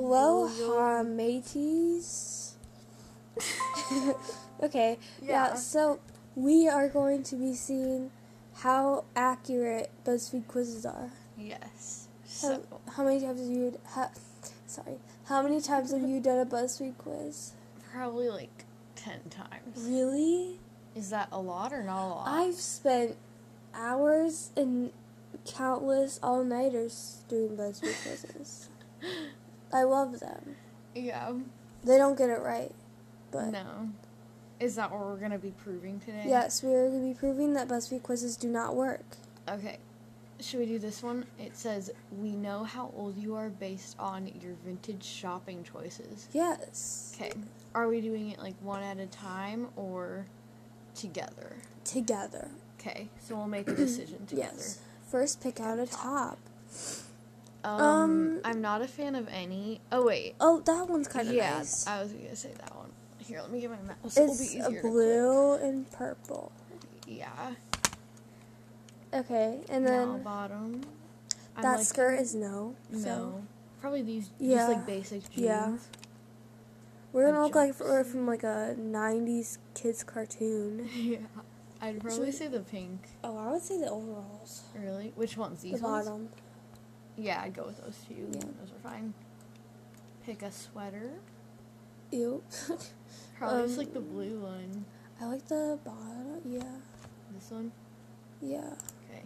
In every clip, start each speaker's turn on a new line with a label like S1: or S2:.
S1: Aloha, mateys. okay, yeah.
S2: Yeah.
S1: so we are going to be seeing how accurate BuzzFeed quizzes are.
S2: Yes.
S1: How,
S2: So
S1: how many times have you, ha, sorry, how many times have you done a BuzzFeed quiz?
S2: probably like ten times.
S1: Really?
S2: Is that a lot or not a lot?
S1: I've spent hours and countless all-nighters doing BuzzFeed quizzes. I love them.
S2: yeah.
S1: They don't get it right, but
S2: No. Is that what we're gonna be proving today?
S1: Yes, we are going to be proving that BuzzFeed quizzes do not work.
S2: Okay. Should we do this one? It says we know how old you are based on your vintage shopping choices.
S1: Yes.
S2: Okay. Are we doing it like one at a time or together?
S1: Together.
S2: Okay. So we'll make a decision together.
S1: Yes. First, pick out a top.
S2: Um,
S1: Um,
S2: I'm not a fan of any. Oh wait.
S1: Oh, that one's kind of
S2: yeah,
S1: nice.
S2: I was gonna say that one. Here, let me get my mouse. It'll be
S1: It's
S2: easier
S1: a
S2: to click.
S1: blue and purple.
S2: Yeah.
S1: Okay, and
S2: Now
S1: then
S2: bottom. I'm
S1: that
S2: like,
S1: skirt is no.
S2: No.
S1: So
S2: Probably these
S1: Yeah.
S2: just like basic jeans.
S1: Yeah. we're gonna
S2: A
S1: look like
S2: jumpsuit.
S1: we're from like a '90s kids cartoon.
S2: Yeah. I'd probably
S1: we-
S2: say the pink.
S1: Oh, I would say the overalls.
S2: Really? Which ones? These
S1: the
S2: ones?
S1: bottom.
S2: Yeah, I'd go with those two.
S1: Yeah.
S2: Those are fine. Pick a sweater.
S1: Ew.
S2: Probably just like the
S1: Um,
S2: blue one.
S1: I like the bottom. Yeah.
S2: This one.
S1: Yeah.
S2: Okay.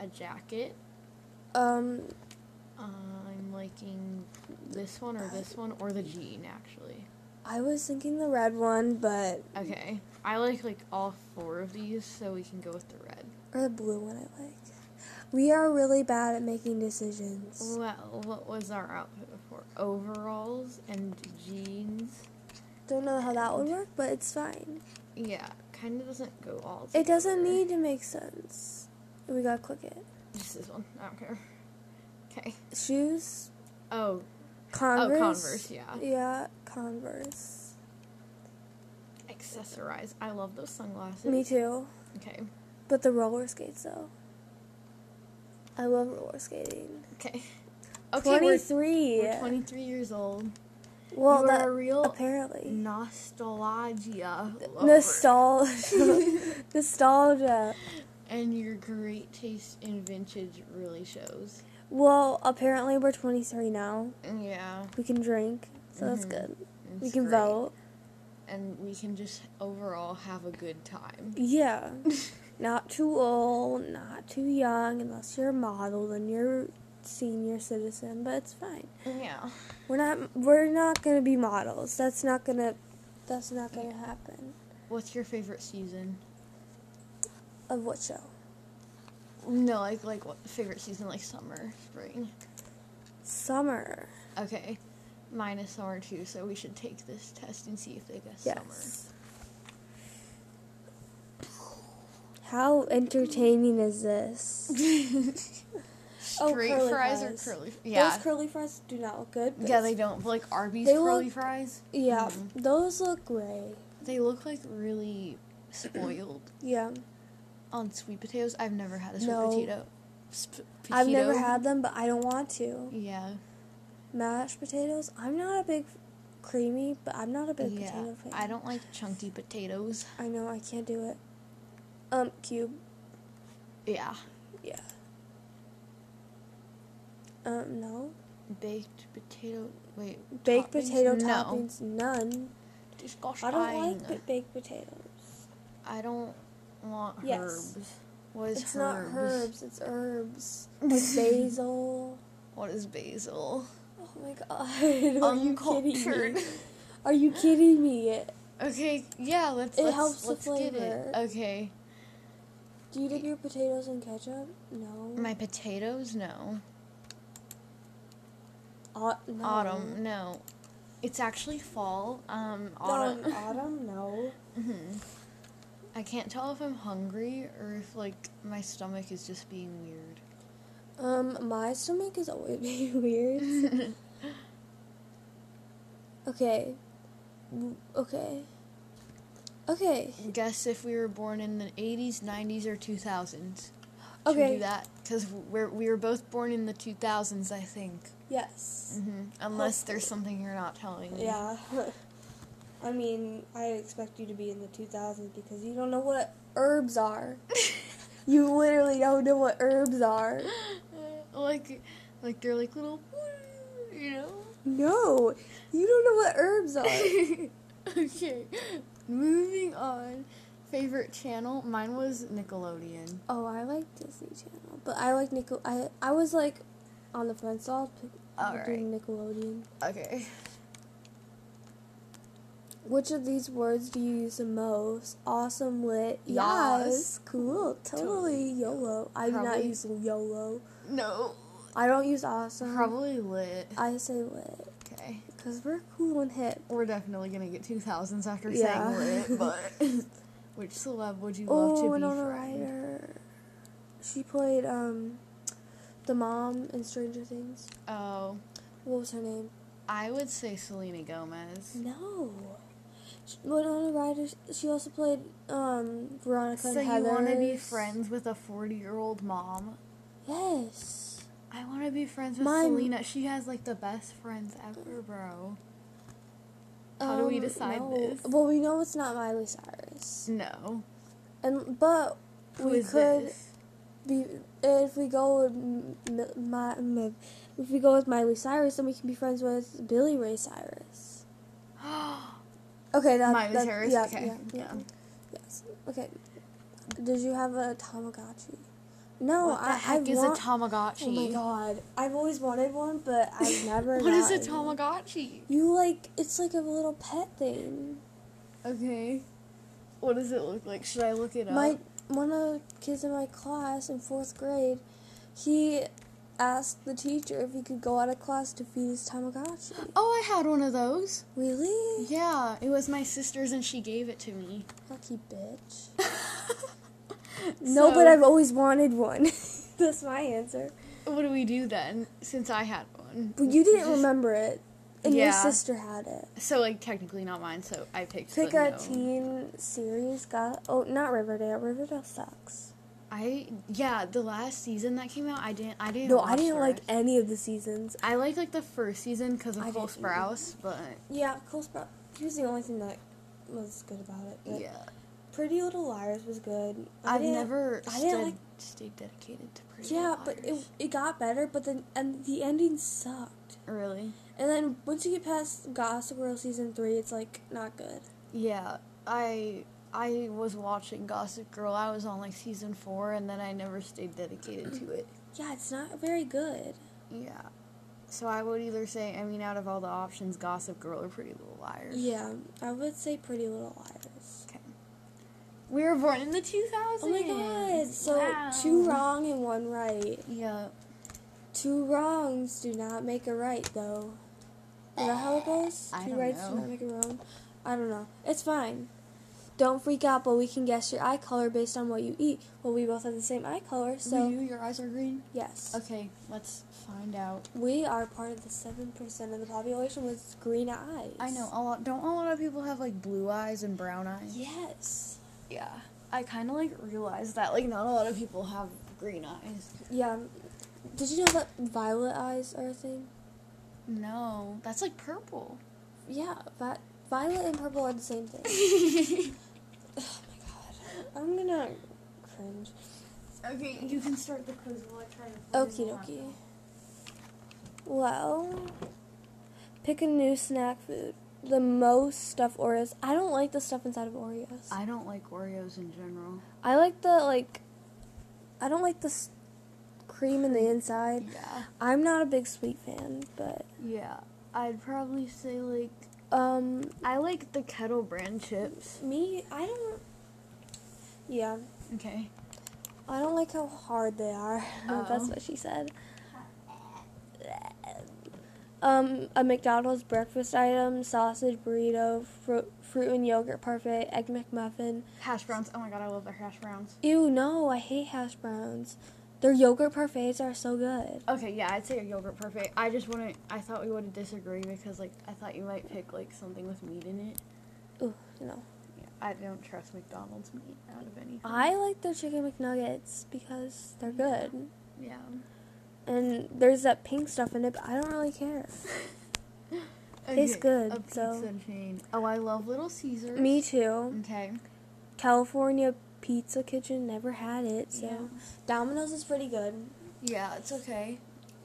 S2: A jacket.
S1: Um.
S2: I'm liking this one or this one or the jean actually.
S1: I was thinking the red one, but
S2: Okay. I like like all four of these, so we can go with the red.
S1: or the blue one I like. We are really bad at making decisions.
S2: Well, what was our outfit before? Overalls and jeans.
S1: Don't know how that would work, but it's fine.
S2: Yeah, kind of doesn't go all.
S1: It doesn't
S2: together.
S1: need to make sense. We gotta click it.
S2: just this one. I don't care. Okay.
S1: Shoes,
S2: Oh,
S1: Converse.
S2: oh, Converse. Yeah.
S1: Yeah, Converse.
S2: Accessorize. I love those sunglasses.
S1: Me too.
S2: Okay.
S1: But the roller skates though. I love roller skating.
S2: Okay. Okay.
S1: Twenty
S2: We're,
S1: three.
S2: we're 23 years old.
S1: Well,
S2: you are Mm,
S1: that
S2: a real
S1: apparently
S2: nostalgia. lover.
S1: nostalgia. nostalgia.
S2: and your great taste in vintage really shows.
S1: Well, apparently we're twenty three now.
S2: Yeah.
S1: We can drink, so that's
S2: Mhm.
S1: good. we
S2: it's
S1: can
S2: great.
S1: vote.
S2: And we can just overall have a good time.
S1: Yeah. not too old, not too young, unless you're a model, then you're senior citizen, but it's fine.
S2: Yeah.
S1: We're not we're not gonna be models. That's not gonna that's not gonna happen.
S2: What's your favorite season?
S1: Of what show?
S2: No, like like what favorite season? Like summer, spring.
S1: Summer.
S2: Okay, mine is summer too. So we should take this test and see if they guess summer.
S1: Yes. How entertaining is this? Oh,
S2: Straight
S1: curly
S2: fries,
S1: fries.
S2: or curly? Yeah,
S1: Those curly fries do not look good. but
S2: yeah, they
S1: it's-
S2: don't. But like Arby's
S1: They
S2: curly
S1: look-
S2: fries,
S1: Yeah,
S2: Mhm.
S1: those look gray.
S2: they look like really spoiled
S1: Yeah.
S2: on sweet potatoes. I've never had a sweet
S1: No.
S2: potato. Sp-
S1: I've never
S2: potato.
S1: had them, but I don't want to.
S2: Yeah,
S1: mashed potatoes. I'm not a big creamy, but I'm not a big
S2: yeah.
S1: potato fan.
S2: I don't like chunky potatoes.
S1: I know I can't do it. Um, cube.
S2: Yeah,
S1: Yeah. Um, no.
S2: baked potato. Wait,
S1: Baked
S2: toppings?
S1: potato
S2: no.
S1: toppings, none.
S2: Disgusting.
S1: I don't like ba- baked potatoes.
S2: I don't want
S1: Yes.
S2: herbs. What is
S1: It's,
S2: herbs?
S1: not herbs. It's herbs. Like basil.
S2: What is basil?
S1: Oh my god! Are you kidding
S2: Uncultured.
S1: me? Are you kidding me?
S2: okay, yeah, let's.
S1: It
S2: let's,
S1: helps the
S2: let's get it.
S1: flavor.
S2: Okay,
S1: Do you dip your potatoes in ketchup? No.
S2: my potatoes. No.
S1: Au- no.
S2: Autumn. No. It's actually fall. Um,
S1: Autumn.
S2: autumn.
S1: autumn, no.
S2: Mhm. I can't tell if I'm hungry or if like my stomach is just being weird.
S1: Um, my stomach is always being weird. Okay. W- Okay. Okay.
S2: Guess if we were born in the 80s, 90s, or 2000s. Should we
S1: Okay.
S2: do that? Because we're we were both born in the two thousands, I think.
S1: Yes.
S2: hmm Unless there's something you're not telling me.
S1: Mm-hmm. Yeah. I mean, I expect you to be in the 2000s because you don't know what herbs are. you literally don't know what herbs are.
S2: like, like they're like little, you know.
S1: No, you don't know what herbs are. Uh.
S2: okay, moving on. Favorite channel? Mine was Nickelodeon.
S1: oh, I like Disney Channel, but I like Nickel. I I was like on the fence all pick-
S2: All
S1: between Nickelodeon.
S2: Okay.
S1: Which of these words do you use the most? Awesome, lit,
S2: Yas.
S1: cool, totally,
S2: Totally.
S1: YOLO. I do not
S2: Probably-
S1: use YOLO.
S2: No.
S1: I don't use awesome.
S2: Probably lit.
S1: I say lit
S2: Okay.
S1: because we're cool and hip.
S2: We're definitely gonna get two thousands after
S1: Yeah.
S2: saying lit, but which celeb would you love
S1: Oh,
S2: to be?
S1: Winona
S2: friend?
S1: Ryder. She played um, the mom in Stranger Things.
S2: Oh,
S1: What was her name?
S2: I would say Selena Gomez.
S1: No. Sh- Winona Ryder. She also played um Veronica
S2: So
S1: and
S2: you want to be
S1: Heathers.
S2: friends with a forty-year-old mom?
S1: Yes.
S2: I want to be friends with
S1: Mine-
S2: Selena. She has like the best friends ever, bro. How do we decide
S1: Um, no.
S2: this?
S1: Well, we know it's not Miley Cyrus,
S2: No.
S1: and but
S2: Who
S1: we
S2: is
S1: could
S2: this?
S1: be if we go with M- M- my, M- if we go with Miley Cyrus, then we can be friends with Billy Ray Cyrus. Okay, that,
S2: Miley
S1: that,
S2: Cyrus?
S1: Yeah,
S2: Okay,
S1: yeah, yeah.
S2: yeah.
S1: Yes. Okay. Did you have a Tamagotchi? No,
S2: what the
S1: I.
S2: heck
S1: I
S2: is
S1: want,
S2: a Tamagotchi?
S1: Oh my god! I've always wanted one, but I've never.
S2: What is a
S1: gotten one.
S2: Tamagotchi?
S1: You like it's like a little pet thing.
S2: Okay. What does it look like? Should I look it up?
S1: My one of the kids in my class in fourth grade, he asked the teacher if he could go out of class to feed his Tamagotchi.
S2: oh, I had one of those.
S1: Really?
S2: Yeah, it was my sister's and she gave it to me.
S1: Lucky bitch. no, but I've always wanted one. That's my answer.
S2: What do we do then? Since I had one.
S1: But you didn't
S2: Just-
S1: remember it, and your
S2: Yeah.
S1: sister had it.
S2: So like technically not mine. So I picked.
S1: Pick
S2: the
S1: a
S2: no.
S1: teen series. Got oh, not Riverdale. Riverdale sucks.
S2: I yeah. The last season that came out, I didn't. I didn't.
S1: No, I
S2: watch
S1: didn't
S2: the
S1: like
S2: rest.
S1: any of the seasons.
S2: I like like the first season because
S1: I
S2: of Cole
S1: didn't either.
S2: Sprouse, but
S1: Yeah, Cole Sprout. He was the only thing that was good about it. But
S2: yeah,
S1: Pretty Little Liars was good. I
S2: I've
S1: didn't-
S2: never
S1: I
S2: stayed,
S1: didn't like-
S2: stayed dedicated to Pretty
S1: Yeah,
S2: Little
S1: but it,
S2: Liars.
S1: it got better, but then and the ending sucked.
S2: really
S1: And then once you get past Gossip Girl season three, it's like not good.
S2: yeah. I I was watching Gossip Girl. I was on like season four, and then I never stayed dedicated to it.
S1: Yeah, it's not very good.
S2: Yeah, so I would either say I mean out of all the options, Gossip Girl or Pretty Little Liars.
S1: Yeah, I would say Pretty Little Liars.
S2: Okay. We were born in the 2000s.
S1: Oh my god! So
S2: Wow.
S1: two wrong and one right.
S2: Yeah.
S1: Two wrongs do not make a right, though. Is that how it goes?
S2: I
S1: Two
S2: don't
S1: rights do
S2: know.
S1: not make a wrong. I don't know. It's fine. Don't freak out, but we can guess your eye color based on what you eat. Well, we both have the same eye color, so
S2: So your eyes are green.
S1: yes.
S2: Okay, let's find out.
S1: We are part of the 7% of the population with green eyes.
S2: I know a lot. Don't a lot of people have like blue eyes and brown eyes?
S1: Yes.
S2: Yeah. I kind of like realized that like not a lot of people have green eyes.
S1: Yeah. Did you know that violet eyes are a thing?
S2: No, that's like purple.
S1: Yeah, vi- violet and purple are the same thing. oh my god. I'm gonna cringe.
S2: Okay, you can start the quiz while I try to. find
S1: Okie
S2: one.
S1: dokie. Well, pick a new snack food. The most stuffed Oreos. I don't like the stuff inside of Oreos.
S2: I don't like Oreos in general.
S1: I like the, like, I don't like the s- cream in the inside.
S2: Yeah.
S1: I'm not a big sweet fan, but
S2: Yeah. I'd probably say like
S1: um,
S2: I like the kettle brand chips.
S1: me, I don't. Yeah,
S2: Okay.
S1: I don't like how hard they are. That's
S2: Oh.
S1: what she said. Um, a McDonald's breakfast item: sausage burrito, fru- fruit and yogurt parfait, egg McMuffin.
S2: Hash browns. Oh my god, I love their hash browns.
S1: Ew, no, I hate hash browns. Their yogurt parfaits are so good.
S2: Okay, yeah, I'd say a yogurt parfait. I just wouldn't. I thought we would disagree because like I thought you might pick like something with meat in it.
S1: Ooh, no.
S2: Yeah. I don't trust McDonald's meat out of anything.
S1: I like their chicken McNuggets because they're good.
S2: yeah.
S1: And there's that pink stuff in it, but I don't really care. Tastes good,
S2: A
S1: so-
S2: pizza chain. Oh, I love Little Caesars.
S1: Me too.
S2: Okay.
S1: California Pizza Kitchen never had it, so
S2: Yeah.
S1: Domino's is pretty good.
S2: Yeah, it's okay.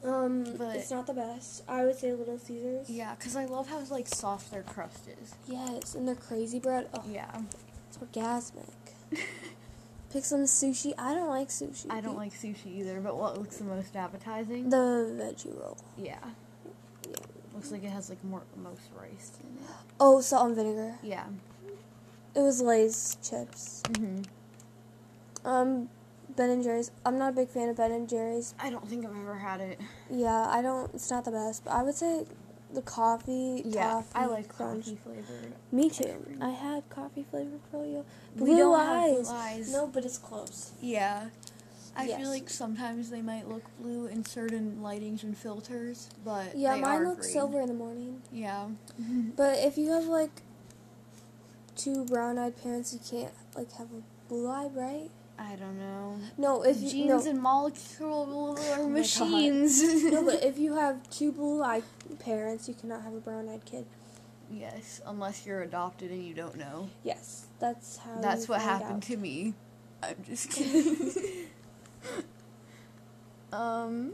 S1: Um,
S2: But-
S1: it's not the best. I would say Little Caesars.
S2: Yeah, because I love how like soft their crust is.
S1: Yes, and their crazy bread. Oh,
S2: Yeah.
S1: it's orgasmic. Pick some sushi. I don't like sushi.
S2: I don't like sushi either, but what looks the most appetizing?
S1: the veggie roll.
S2: yeah. Looks like it has like more most rice in it.
S1: Oh, salt and vinegar.
S2: Yeah.
S1: It was Lay's chips.
S2: Mm-hmm.
S1: Um, Ben and Jerry's. I'm not a big fan of Ben and Jerry's.
S2: I don't think I've ever had it.
S1: Yeah, I don't. It's not the best, but I would say the coffee.
S2: Yeah, I
S1: toffee
S2: like
S1: crunch.
S2: coffee flavored.
S1: Me too. I had coffee flavored polio.
S2: We don't have blue eyes.
S1: No, but it's close.
S2: Yeah. I
S1: Yes.
S2: feel like sometimes they might look blue in certain lightings and filters, but
S1: Yeah,
S2: they
S1: mine
S2: are
S1: looks
S2: green.
S1: silver in the morning.
S2: Yeah.
S1: But if you have like two brown-eyed parents, you can't like have a blue eye, right?
S2: I don't know.
S1: No, if you
S2: Genes
S1: no,
S2: and molecular
S1: God.
S2: machines.
S1: no, but if you have two blue-eyed parents, you cannot have a brown-eyed kid.
S2: yes, unless you're adopted and you don't know.
S1: Yes, that's how.
S2: That's
S1: you
S2: what
S1: find
S2: happened
S1: out.
S2: to me. I'm just kidding. um,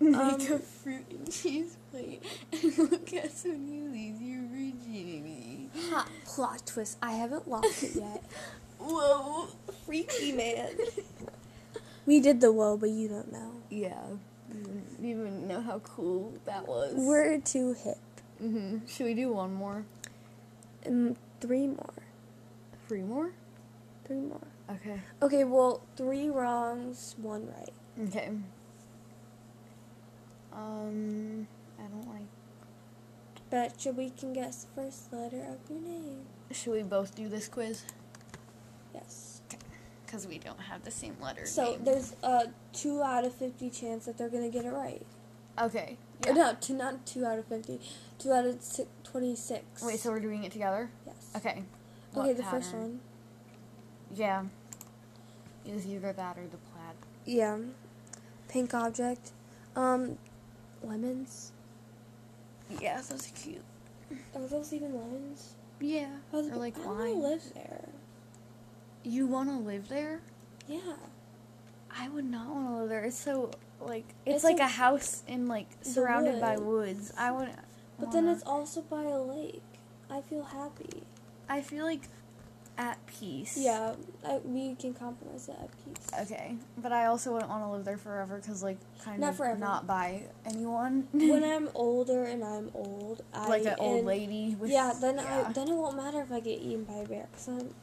S2: make a fruit and cheese plate and look at some newsies. Your virginity.
S1: Hot plot twist. I haven't lost it yet.
S2: Whoa.
S1: Freaky man. we did the whoa, but you don't know.
S2: Yeah. You wouldn't- You wouldn't know how cool that was.
S1: We're too hip.
S2: hmm Should we do one more?
S1: Mm, three more.
S2: Three more?
S1: Three more.
S2: Okay.
S1: Okay, well, three wrongs, one right.
S2: Okay. Um, I don't like.
S1: Betcha we can guess the first letter of your name.
S2: Should we both do this quiz?
S1: Yes.
S2: Because we don't have the same letter.
S1: So
S2: name.
S1: there's a two out of fifty chance that they're gonna get it right.
S2: Okay.
S1: Or No, two, not two out of fifty. Two out of si- twenty-six.
S2: Wait, so we're doing it together?
S1: yes.
S2: Okay. What
S1: Okay, the first
S2: pattern?
S1: one.
S2: Yeah. It was either that or the plaid.
S1: Yeah. Pink object. Um, lemons.
S2: Yeah, that's cute.
S1: Are those even lemons?
S2: Yeah.
S1: I was
S2: Or like
S1: I wanna
S2: wine.
S1: live there.
S2: You want to live there?
S1: Yeah.
S2: I would not want to live there. It's so like it's,
S1: It's
S2: like
S1: a-
S2: a, house in like
S1: The
S2: surrounded by
S1: woods.
S2: woods. I would.
S1: But then it's also by a lake. I feel happy.
S2: I feel like at peace.
S1: Yeah, I, we can compromise that piece.
S2: Okay, but I also wouldn't want to live there forever because like kind
S1: Not
S2: of
S1: forever.
S2: not by anyone.
S1: when I'm older and I'm old, I
S2: like an old
S1: and-
S2: lady. With,
S1: Yeah, then I then it won't matter if I get eaten by a bear. Cause I'm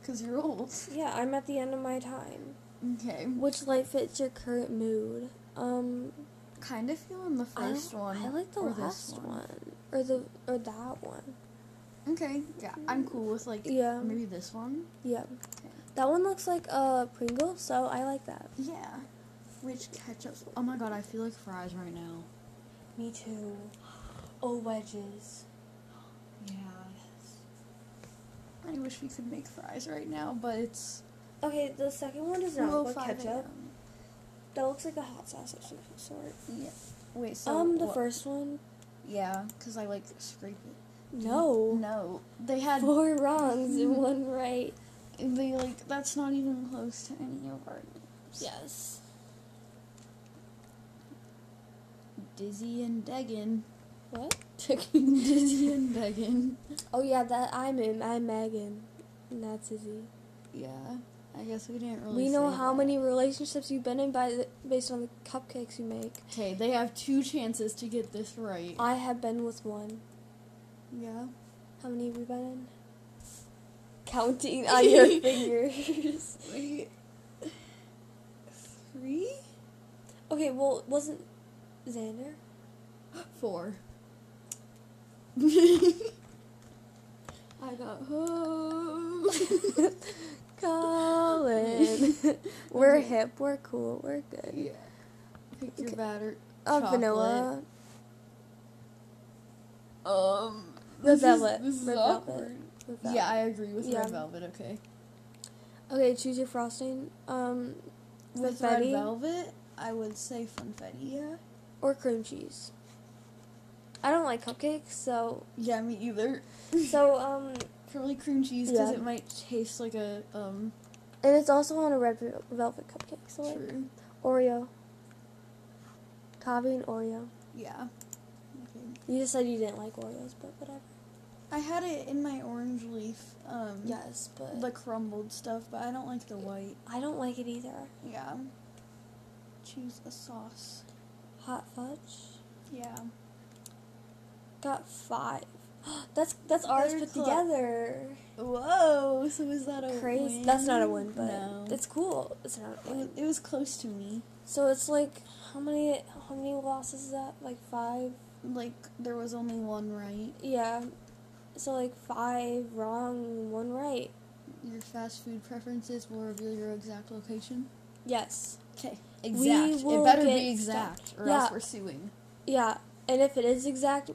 S2: because you're old.
S1: yeah, I'm at the end of my time.
S2: Okay,
S1: Which light fits your current mood? Um,
S2: kind of feeling the
S1: I don't-
S2: first one.
S1: I like the
S2: or this
S1: last one. or the or that one.
S2: Okay, yeah, I'm cool with like
S1: Yeah.
S2: maybe this one.
S1: Yeah, that one looks like a Pringle, so I like that.
S2: Yeah, which ketchups? Oh my god, I feel like fries right now.
S1: Me too. Oh wedges.
S2: Yeah. I wish we could make fries right now, but it's
S1: Okay, the second one does not
S2: below
S1: look like
S2: 5
S1: ketchup.
S2: a.m..
S1: That looks like a hot sauce of some sort.
S2: Yeah. Wait. So
S1: um, the
S2: what-
S1: first one.
S2: Yeah, because I like scrape it.
S1: No.
S2: Mm-hmm. No, Mm-hmm. they had
S1: Four wrongs and one right.
S2: they like that's not even close to any of our names.
S1: Yes.
S2: Dizzy and Degan.
S1: What?
S2: Dizzy and Degan.
S1: Oh yeah, that I'm in. I'm Megan. And that's Izzy.
S2: Yeah. I guess we didn't really.
S1: we know how many relationships you've been in by the, based on the cupcakes you make.
S2: Okay, they have two chances to get this right.
S1: I have been with one.
S2: Yeah.
S1: How many have we been in? Counting on your fingers.
S2: Wait. Three.
S1: Okay, well, wasn't Xander?
S2: Four.
S1: I got home. Colin. we're hip, we're cool, we're good.
S2: Yeah. Pick your
S1: Okay.
S2: batter.
S1: Uh,
S2: Chocolate.
S1: vanilla.
S2: Um.
S1: Red
S2: this is-
S1: velvet.
S2: Um, This is
S1: Red velvet.
S2: awkward.
S1: Red Velvet.
S2: Yeah, I agree with
S1: Yeah.
S2: Red Velvet. Okay.
S1: Okay, choose your frosting. Um,
S2: With
S1: Funfetti?
S2: Red Velvet, I would say Funfetti. Yeah.
S1: or cream cheese. I don't like cupcakes, so
S2: Yeah, me either.
S1: so um,
S2: Probably cream cheese because
S1: Yeah.
S2: it might taste like a um.
S1: and it's also on a red vel- velvet cupcake. So like
S2: True.
S1: Oreo, coffee and Oreo.
S2: Yeah. Okay.
S1: You just said you didn't like Oreos, but whatever.
S2: I had it in my orange leaf. Um,
S1: Yes, but
S2: The crumbled stuff, but I don't like the white.
S1: I don't like it either.
S2: Yeah. Choose a sauce.
S1: Hot fudge
S2: Yeah.
S1: got five. that's that's ours
S2: Very
S1: put
S2: close.
S1: together.
S2: Whoa. So is that a
S1: Crazy.
S2: win?
S1: That's not a win, but
S2: no.
S1: it's cool. It's not a
S2: It was,
S1: win.
S2: it was close to me.
S1: So it's like how many how many losses is that? Like five.
S2: Like there was only one right.
S1: Yeah. So like five wrong, one right.
S2: Your fast food preferences will reveal your exact location.
S1: Yes.
S2: Okay.
S1: We
S2: Exact.
S1: will
S2: it better
S1: get
S2: be exact, or
S1: Yeah.
S2: else we're suing.
S1: Yeah. And if it is exact,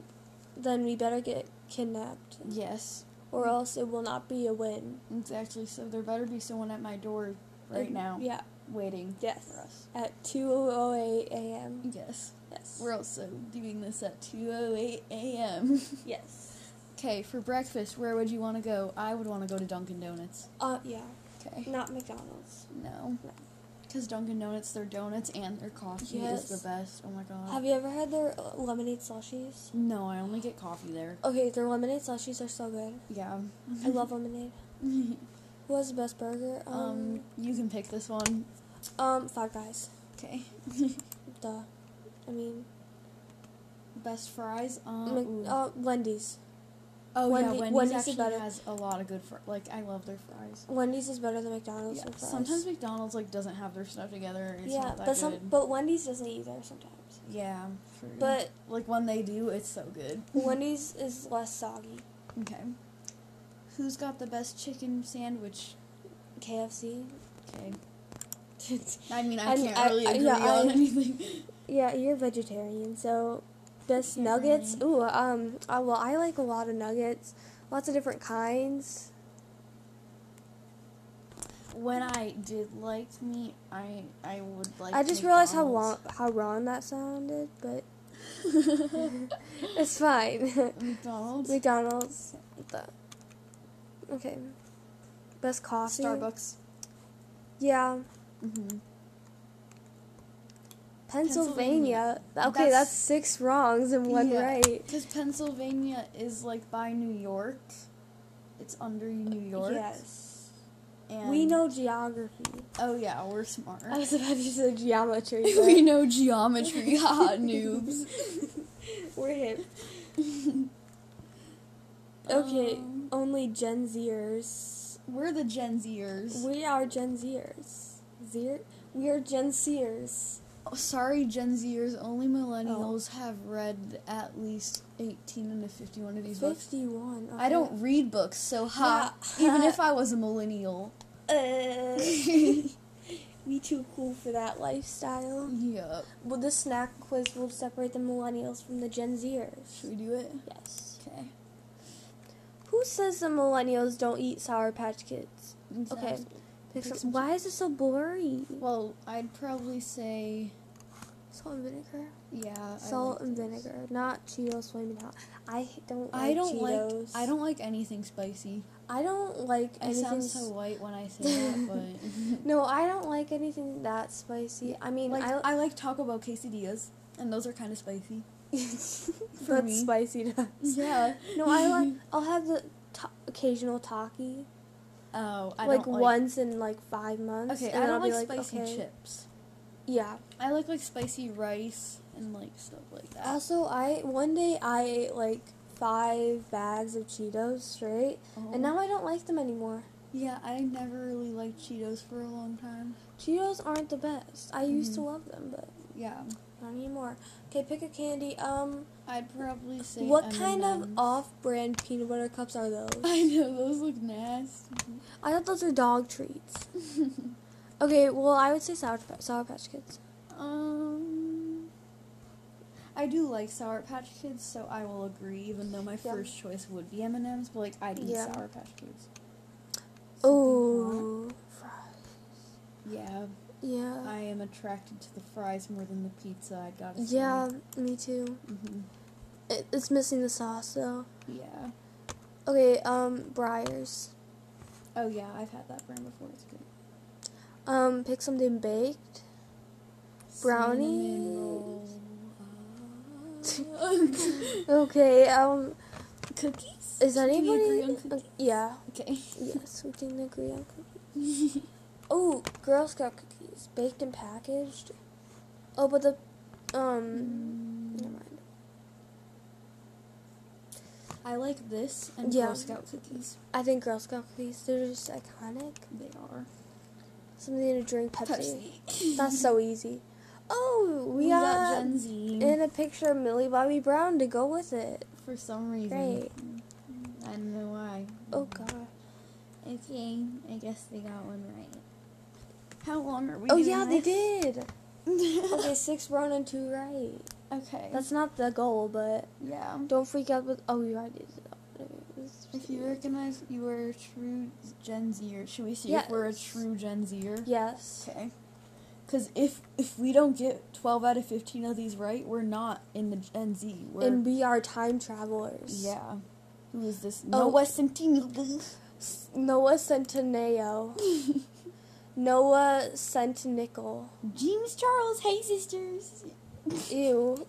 S1: then we better get kidnapped,
S2: Yes.
S1: or else it will not be a win.
S2: Exactly. So there better be someone at my door right
S1: And-
S2: now,
S1: Yeah.
S2: waiting
S1: Yes.
S2: for us.
S1: At two o eight a.m.
S2: Yes.
S1: Yes.
S2: We're also doing this at 2:08 a.m.
S1: yes.
S2: Okay, for breakfast, where would you want to go? I would want to go to Dunkin' Donuts.
S1: Uh. Yeah.
S2: Okay.
S1: Not McDonald's.
S2: No.
S1: No.
S2: Because Dunkin' Donuts, their donuts and their coffee is
S1: Yes.
S2: the best. Oh my god.
S1: Have you ever had their uh, lemonade slushies?
S2: no, I only get coffee there.
S1: Okay, their lemonade slushies are so good.
S2: Yeah.
S1: I love lemonade. Who has the best burger?
S2: um, you can pick this one.
S1: um, um, Five Guys.
S2: Okay.
S1: Duh. I mean,
S2: Best fries. Um,
S1: Mc-
S2: ooh.
S1: uh, Wendy's.
S2: oh
S1: Wendy-
S2: yeah, Wendy's,
S1: Wendy's is
S2: actually
S1: better.
S2: has a lot of good fries. Like I love their fries.
S1: Wendy's is better than McDonald's.
S2: Yeah.
S1: with fries.
S2: Sometimes McDonald's like doesn't have their stuff together. and It's
S1: yeah,
S2: not that
S1: but
S2: good. Mm.
S1: some, but Wendy's doesn't either sometimes.
S2: yeah. True.
S1: But
S2: like when they do, it's so good.
S1: Wendy's is less soggy.
S2: Okay. Who's got the best chicken sandwich?
S1: KFC.
S2: Okay. I mean, I
S1: And
S2: can't
S1: I-
S2: really
S1: I-
S2: agree
S1: yeah,
S2: on
S1: I-
S2: anything.
S1: yeah, you're vegetarian, so best
S2: Yeah,
S1: nuggets. Ooh, um, I, well, I like a lot of nuggets, lots of different kinds.
S2: When I did like meat, I I would like.
S1: I just realized how long, how wrong that sounded, but
S2: long.
S1: it's fine.
S2: McDonald's,
S1: McDonald's. The, okay. Best coffee.
S2: Starbucks.
S1: Yeah.
S2: Mm-hmm.
S1: Pennsylvania.
S2: Pennsylvania.
S1: Okay, that's,
S2: That's-
S1: six wrongs and one
S2: Yeah.
S1: right.
S2: Because Pennsylvania is like by New York. It's under New York.
S1: Yes.
S2: And
S1: we know geography.
S2: Oh yeah, we're smart.
S1: I was about to say geometry.
S2: we know geometry, haha, noobs.
S1: but We're hip. Okay,
S2: Um,
S1: only Gen Zers.
S2: we're the Gen Zers.
S1: We are Gen Zers. Zer? We are Gen Seers.
S2: Oh, sorry, Gen Zers. Only millennials
S1: Oh.
S2: have read at least 18 and a 51 of these books.
S1: 51.
S2: I don't read books, so ha. Even if I was a millennial.
S1: Uh,
S2: yep.
S1: we too cool for that lifestyle. Well, the snack quiz will separate the millennials from the Gen
S2: Should
S1: Zers.
S2: we do it?
S1: Yes.
S2: Okay.
S1: Who says the millennials don't eat Sour Patch Kids? Okay.
S2: Exactly. Pick some-
S1: Why is it so blurry?
S2: Well, I'd probably say.
S1: Salt and vinegar.
S2: Yeah. I
S1: Salt
S2: like
S1: and
S2: those.
S1: vinegar, not Cheetos flaming hot. I don't. Like
S2: I don't
S1: Cheetos.
S2: like I don't like anything spicy.
S1: I don't like
S2: I
S1: anything.
S2: sound so
S1: s-
S2: white when I say that, but
S1: No, I don't like anything that spicy. I mean,
S2: like
S1: I.
S2: I like Taco Bell quesadillas, and those are kind of spicy. for
S1: that's
S2: me.
S1: spicy. To us.
S2: Yeah.
S1: No, I like. I'll have the ta occasional taki
S2: Oh, I
S1: like,
S2: don't like
S1: once in like five months.
S2: Okay,
S1: and
S2: I
S1: I'll
S2: don't
S1: be
S2: like, spicy
S1: okay.
S2: chips.
S1: Yeah.
S2: I like like spicy rice and like stuff like that.
S1: Also, I one day I ate like five bags of Cheetos straight,
S2: Oh.
S1: and now I don't like them anymore.
S2: yeah, I never really liked Cheetos for a long time.
S1: Cheetos aren't the best. I used to
S2: Mhm.
S1: love them, but
S2: Yeah,
S1: not anymore. Okay, pick a candy. Um,
S2: I'd probably say.
S1: what kind of
S2: M&Ms.
S1: off-brand peanut butter cups are those?
S2: I know those look nasty.
S1: I thought those were dog treats. okay, well I would say sour, Pa- sour patch kids.
S2: Um, I do like Sour Patch Kids, so I will agree. Even though my
S1: Yeah.
S2: first choice would be M and M's, but like I'd eat
S1: Yeah.
S2: Sour Patch Kids. Something hot.
S1: Oh,
S2: Yeah,
S1: yeah,
S2: I am attracted to the fries more than the pizza. I gotta say.
S1: yeah. Me too.
S2: hmm
S1: It, it's missing the sauce though.
S2: Yeah.
S1: Okay, um, Briars.
S2: Oh yeah, I've had that brand before. It's good.
S1: Um, pick something baked. Brownie?
S2: Cinnamon roll.
S1: Okay, um,
S2: cookies.
S1: is
S2: Can we agree
S1: anybody?
S2: on
S1: uh,
S2: cookies?
S1: yeah,
S2: Okay.
S1: yes, we can agree on cookies. Oh, Girl Scout cookies, baked and packaged. Oh, but the, um, never mind.
S2: I like this and
S1: Yeah.
S2: Girl Scout cookies.
S1: I think Girl Scout cookies, they're just iconic.
S2: They are.
S1: Something to drink, Pepsi. That's so easy. Oh, we,
S2: We got
S1: got,
S2: Gen Z
S1: in a picture of Millie Bobby Brown to go with it.
S2: for some reason. Mm-hmm.
S1: Great.
S2: I don't know why.
S1: Oh gosh.
S2: Okay, I guess they got one right. How long are we?
S1: Oh
S2: doing
S1: yeah, they
S2: this?
S1: did. Okay, six wrong and two right.
S2: okay.
S1: That's not the goal, but
S2: yeah.
S1: don't freak out with. Oh, you already did. it. It's-
S2: If you recognize you were a true Gen Zer, should we see if we're a
S1: Yes.
S2: true Gen Zer?
S1: Yes.
S2: Okay. Because if if we don't get twelve out of fifteen of these right, we're not in the Gen Z. We're
S1: And we are time travelers.
S2: yeah. Who is this?
S1: Oh.
S2: Noah Centineo.
S1: S- Noah Centineo. Noah Centinical.
S2: James Charles. Hey sisters.
S1: Ew.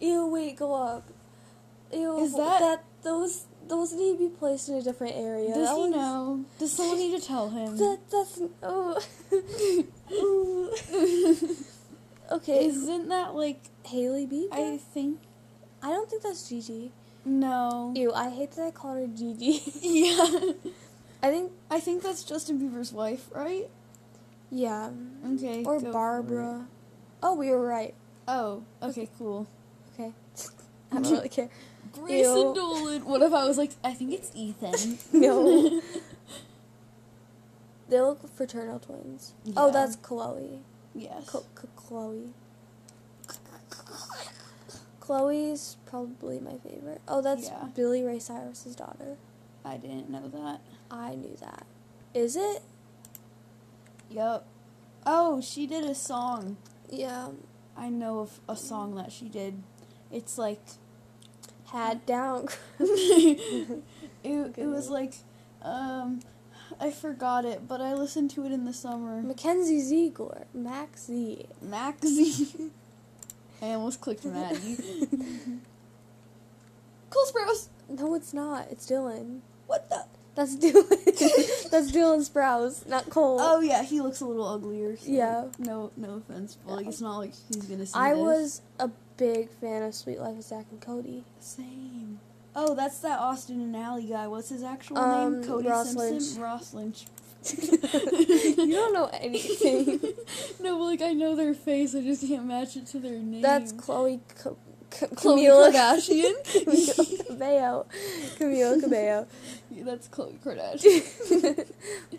S1: Ew, wait, go up. Ew,
S2: Is that-
S1: those those need to be placed in a different area.
S2: Does
S1: That
S2: he
S1: one's-
S2: know? Does someone need to tell him?
S1: That that's oh. Ooh. okay,
S2: Isn't that like
S1: Haley Bieber.
S2: I think?
S1: I don't think that's Gigi.
S2: No.
S1: Ew, I hate that I called her Gigi.
S2: Mm. Yeah.
S1: I think
S2: I think that's Justin Bieber's wife, right?
S1: yeah,
S2: Okay.
S1: or
S2: go for it.
S1: Barbara. Oh, we were right.
S2: Oh. Okay. Cool.
S1: Okay, I don't really care.
S2: Grayson
S1: Ew.
S2: Dolan. What if I was like, I think it's Ethan.
S1: No. They look fraternal twins. Oh,
S2: Yeah.
S1: that's Chloe.
S2: yes.
S1: Co- co- Chloe. Chloe's probably my favorite. Oh, that's
S2: Yeah.
S1: Billy Ray Cyrus's daughter.
S2: I didn't know that.
S1: I knew that. Is it?
S2: Yep. Oh, she did a song.
S1: Yeah.
S2: I know of a song that she did. It's like
S1: Had down.
S2: it, it was
S1: Goodness.
S2: like um I forgot it, but I listened to it in the summer.
S1: Mackenzie Ziegler. Max Z.
S2: Maxie. I almost clicked Maddie. cool Sprouse.
S1: No, it's not. It's Dylan.
S2: What the?
S1: That's Dylan. That's Dylan Sprouse, not Cole.
S2: Oh yeah, he looks a little uglier. so,
S1: Yeah.
S2: like, No, no offense, but like it's not like he's gonna see.
S1: I
S2: this.
S1: was a big fan of Sweet Life of Zach and Cody.
S2: Same. Oh, that's that Austin and Alley guy. What's his actual
S1: Um,
S2: name? Cody
S1: Ross Lynch.
S2: Simpson. Ross Lynch.
S1: You don't know anything.
S2: no, but like I know their face. I just can't match it to their name.
S1: That's Chloe. Co- Co-
S2: Khloe
S1: Camila-
S2: Kardashian.
S1: Camila Cabello. Camila Cabello.
S2: Yeah, that's Chloe Kardashian.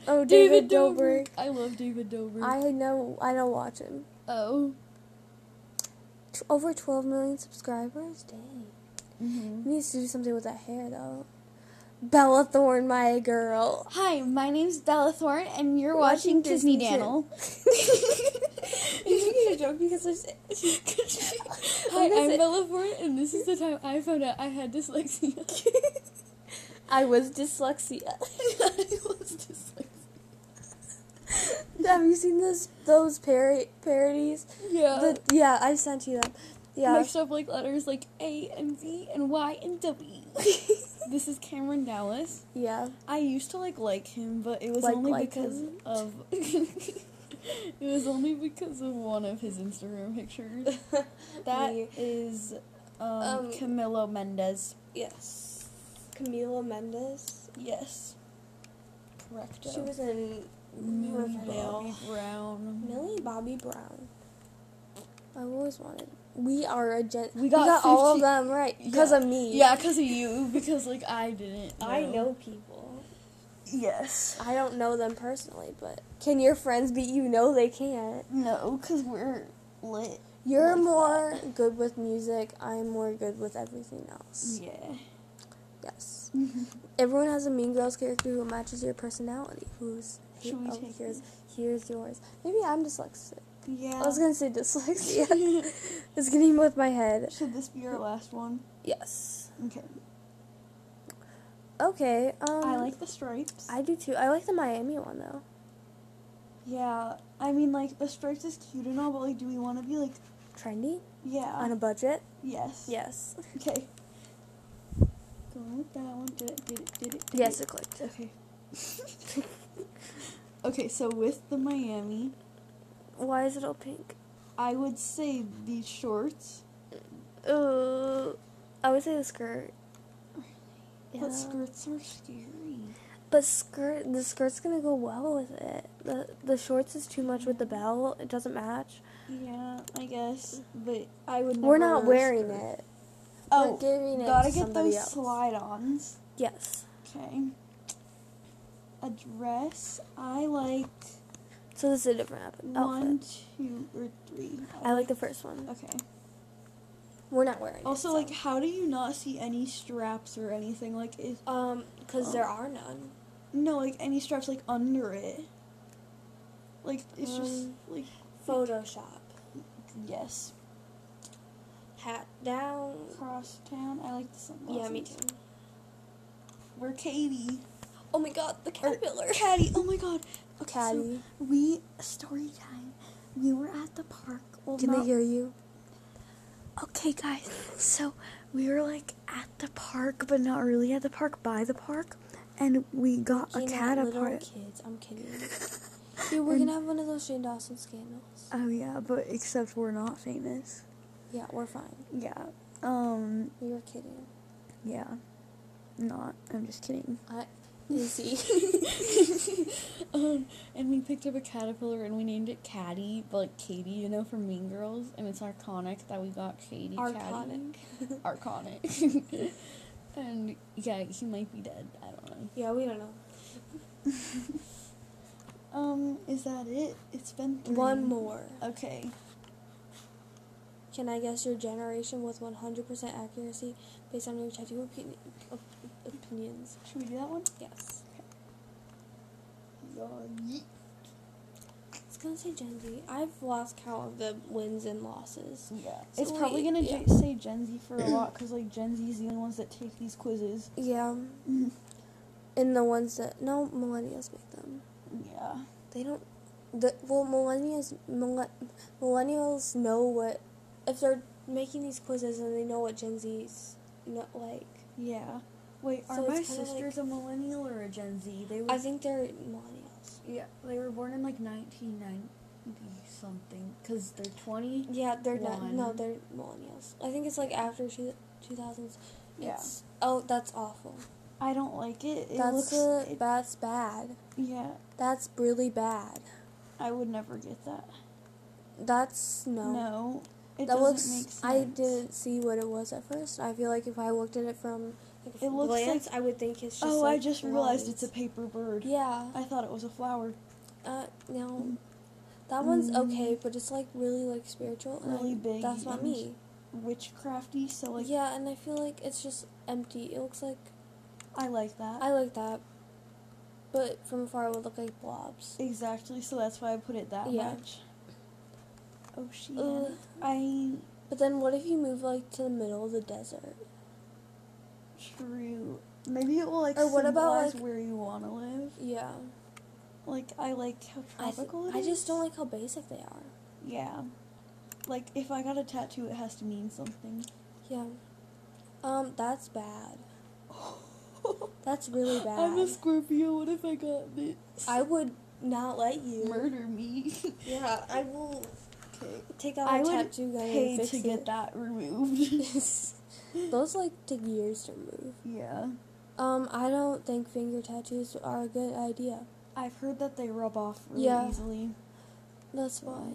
S1: oh, David, Dobrik.
S2: I love David Dobrik.
S1: I know. I don't watch him.
S2: oh.
S1: T- over 12 million subscribers. Dang.
S2: Mhm.
S1: He needs to do something with that hair though. Bella Thorne, my girl.
S2: Hi, my name's Bella Thorne, and you're
S1: Watching
S2: watching,
S1: Disney
S2: Disney,
S1: Channel.
S2: Channel.
S1: You joke because
S2: Hi,
S1: What is
S2: I'm
S1: it?
S2: Bella Thorne, and this is the time I found out I had dyslexia.
S1: I was dyslexia.
S2: I was dyslexic.
S1: Have you seen those those parody parodies?
S2: Yeah.
S1: The- yeah, I sent you them. Yeah.
S2: Mixed up like letters like A and V and Y and W. this is Cameron Dallas.
S1: Yeah.
S2: I used to like like him, but it was
S1: Like,
S2: only
S1: like
S2: because
S1: him.
S2: of it was only because of one of his Instagram pictures. That
S1: Me.
S2: is um,
S1: Um,
S2: Camilo Mendez.
S1: Yes. Camila Mendes.
S2: Yes. Correct.
S1: She was in
S2: Millie
S1: Riverdale.
S2: Bobby Brown.
S1: Millie Bobby Brown. I always wanted. We are a gen.
S2: We got
S1: all of
S2: 50
S1: them right because
S2: Yeah.
S1: of me.
S2: Yeah, because of you. Because like I didn't.
S1: I know people.
S2: Yes.
S1: I don't know them personally, but can your friends be? You know they can't.
S2: No, because we're lit.
S1: You're
S2: like
S1: more good with music. I'm more good with everything else.
S2: Yeah.
S1: Yes. Everyone has a Mean Girls character who matches your personality. Who's
S2: Should we
S1: oh,
S2: take
S1: here's here's yours. Maybe I'm dyslexic.
S2: Yeah.
S1: I was gonna say dyslexia. it's getting with my head.
S2: Should this be our last one?
S1: Yes.
S2: Okay.
S1: Okay. Um,
S2: I like the stripes.
S1: I do too. I like the Miami one though.
S2: yeah. I mean, like the stripes is cute and all, but like, do we want to be like?
S1: Trendy
S2: Yeah.
S1: on a budget.
S2: Uh. yes.
S1: Yes.
S2: Okay. Going with that one. Did it? Did it? Did it? Did
S1: Yes,
S2: It.
S1: it clicked.
S2: Okay. okay. So with the Miami,
S1: Why is it all pink?
S2: I would say these shorts.
S1: Uh, I would say the skirt. Yeah.
S2: But skirts are scary.
S1: But skirt, the skirt's gonna go well with it. the The shorts is too much with the bell; it doesn't match.
S2: Yeah, I guess. But I would. Never
S1: We're not
S2: wear a
S1: wearing
S2: skirt.
S1: it.
S2: Oh,
S1: We're giving it
S2: gotta
S1: to
S2: get
S1: somebody
S2: those
S1: else.
S2: slide-ons.
S1: Yes.
S2: Okay. A dress. I like
S1: So this is a different outfit.
S2: one, two, or three.
S1: I like the first one.
S2: Okay.
S1: We're not wearing.
S2: Also,
S1: it,
S2: like, how do you not see any straps or anything? Like, is
S1: so. um, because there are none.
S2: no, like any straps like under it. Like it's just
S1: Um,
S2: like
S1: Photoshop.
S2: yes.
S1: Hat down.
S2: Cross town. I like the sunglasses.
S1: Yeah, me too.
S2: We're Katie.
S1: Oh my god, the caterpillar.
S2: Caddy. Oh my god. Okay, so
S1: Caddy.
S2: we story time. We were at the park. Well,
S1: Can
S2: not
S1: they hear you?
S2: Okay, guys. So we were like at the park, but not really at the park, by the park, and we got a
S1: You know,
S2: caterpillar.
S1: Little kids. I'm kidding. Dude, we're
S2: We're-
S1: gonna have one of those Shane Dawson scandals.
S2: Oh yeah, but except we're not famous.
S1: Uh, Yeah, we're fine.
S2: Yeah. Um.
S1: You were kidding.
S2: Yeah. Not. I'm just kidding.
S1: I. Izzy.
S2: Um, and we picked up a caterpillar and we named it Caddy, but like Katie, you know, from Mean Girls, and it's iconic that we got Katie. Caddy.
S1: Arconic.
S2: Arconic. and yeah, he might be dead. I don't know.
S1: Yeah, we don't know.
S2: Um, is that it? It's been three.
S1: One more.
S2: Okay.
S1: Can I guess your generation with 100% accuracy based on your tattoo opini- op- opinions?
S2: Should we do that one?
S1: Yes. It's gonna say Gen Z. I've lost count of the wins and losses.
S2: Yeah.
S1: So
S2: it's probably
S1: we-
S2: gonna
S1: yeah.
S2: j- say Gen Z for a lot because like Gen Z is the only ones that take these quizzes.
S1: Yeah.
S2: Mhm.
S1: And the ones that no millennials make them.
S2: Yeah.
S1: They don't. The well, millennials mille- millennials know what if they're making these quizzes and they know what Gen Z's not like.
S2: Yeah. Wait,
S1: So
S2: are my
S1: it's kinda
S2: sisters a millennial or a Gen Z? They were.
S1: I think they're millennials.
S2: yeah, they were born in like 1990 something because they're 20.
S1: Yeah, they're not. No,
S2: One.
S1: they're millennials. I think it's like after two two thousands.
S2: Yeah.
S1: It's, oh, that's awful.
S2: I don't like it. It
S1: that's
S2: looks.
S1: uh
S2: it-
S1: that's bad.
S2: yeah,
S1: That's really bad.
S2: I would never get that.
S1: That's no.
S2: No. It
S1: that
S2: doesn't
S1: looks.
S2: make sense.
S1: I didn't see what it was at first. I feel like if I looked at it from like a
S2: It looks
S1: glance, I would think it's just.
S2: oh, I
S1: like,
S2: just realized it's a
S1: lines.
S2: paper bird.
S1: Yeah.
S2: I thought it was a flower.
S1: Uh, no. That one's
S2: Mm.
S1: okay, but it's like really like spiritual. and
S2: Really
S1: I-
S2: big
S1: That's not
S2: and,
S1: me.
S2: Witchcrafty, so like
S1: yeah, and I feel like it's just empty. It looks like
S2: I like that.
S1: I like that, but from afar it would look like blobs.
S2: exactly, so that's why I put it that
S1: Yeah.
S2: much. Oh,
S1: Ugh.
S2: Oceanic. I
S1: But then what if you move like to the middle of the desert?
S2: true. Maybe it will like
S1: Or what about,
S2: symbolize
S1: like-
S2: where you want to live.
S1: Yeah,
S2: Like I like how
S1: I th-
S2: tropical it
S1: I
S2: is.
S1: just don't like how basic they are.
S2: Yeah. Like if I got a tattoo, it has to mean something.
S1: Yeah, um, that's bad. That's really bad.
S2: I'm a Scorpio. What if I got this?
S1: I would not let you.
S2: Murder me.
S1: Yeah, I will
S2: okay.
S1: take out my
S2: I would
S1: tattoo gun
S2: pay
S1: and fix
S2: to
S1: it.
S2: get that removed.
S1: Those like take years to remove.
S2: yeah.
S1: Um, I don't think finger tattoos are a good idea.
S2: I've heard that they rub off really
S1: Yeah.
S2: easily.
S1: That's why.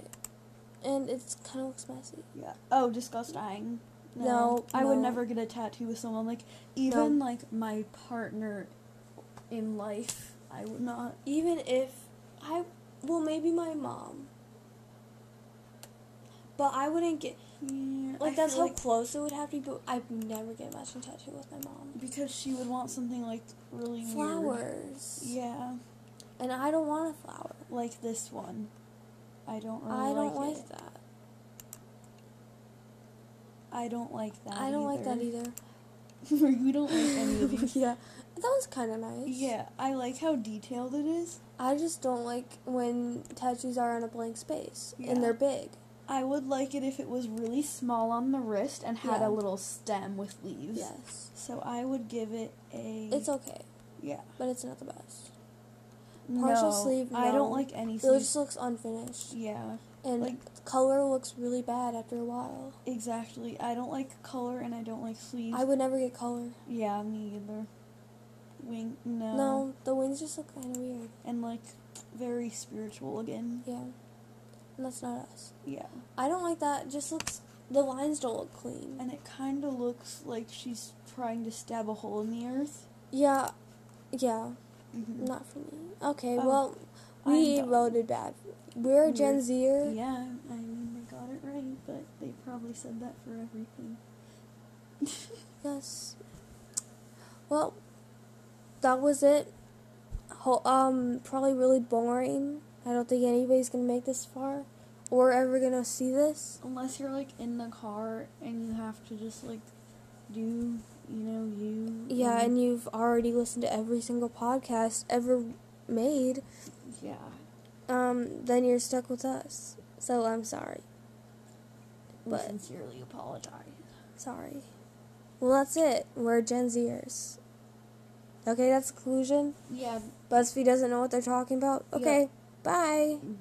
S1: And it's kind of looks messy.
S2: Yeah. Oh, disgusting. No,
S1: No,
S2: I would
S1: no.
S2: never get a tattoo with someone like even like my partner in life. I would not.
S1: Even if I, well, maybe my mom. But I wouldn't get
S2: Yeah,
S1: like
S2: I
S1: that's
S2: feel
S1: how
S2: like-
S1: close it would have to be. But I'd never get a matching tattoo with my mom.
S2: because she would want something like really weird.
S1: Flowers.
S2: Yeah,
S1: And I don't want a flower.
S2: like this one. Oh, I don't really
S1: I don't
S2: like
S1: like,
S2: it.
S1: that.
S2: I don't like that.
S1: I don't like that either.
S2: either. we don't like any of these.
S1: yeah, that was kind of nice.
S2: Yeah, I like how detailed it is.
S1: I just don't like when tattoos are on a blank space
S2: Yeah.
S1: and they're big.
S2: I would like it if it was really small on the wrist and had
S1: Yeah.
S2: a little stem with leaves.
S1: Yes,
S2: So I would give it a.
S1: it's okay,
S2: yeah.
S1: but it's not the best. partial
S2: No,
S1: sleeve,
S2: I
S1: no.
S2: don't like any
S1: It
S2: sleeve.
S1: just looks unfinished,
S2: Yeah,
S1: and
S2: like-
S1: color looks really bad after a while.
S2: exactly. I don't like color and I don't like sleeves.
S1: I would never get color.
S2: yeah, me either. Wing no.
S1: No, the wings just look kind of weird.
S2: And like very spiritual again.
S1: Yeah, and that's not us.
S2: Yeah.
S1: I don't like that. It just looks the lines don't look clean.
S2: And it kind of looks like she's trying to stab a hole in the earth.
S1: yeah, yeah.
S2: Mm-hmm.
S1: Not for me. Okay,
S2: Oh,
S1: well,
S2: I'm
S1: we
S2: done.
S1: wrote it bad. We're a Gen
S2: We're-
S1: Zer.
S2: Yeah, I mean they got it right, but they probably said that for everything.
S1: Yes. Well, that was it. Ho- um, probably really boring. I don't think anybody's gonna make this far, or ever gonna see this.
S2: Unless you're like in the car and you have to just like do you know you.
S1: Yeah, and you've already listened to every single podcast ever made.
S2: yeah.
S1: Um, then you're stuck with us. So I'm sorry.
S2: We
S1: But-
S2: sincerely apologize.
S1: Sorry. Well, that's it. We're Gen Zers. Okay, that's the conclusion.
S2: Yeah,
S1: BuzzFeed doesn't know what they're talking about.
S2: Yep.
S1: Okay, bye.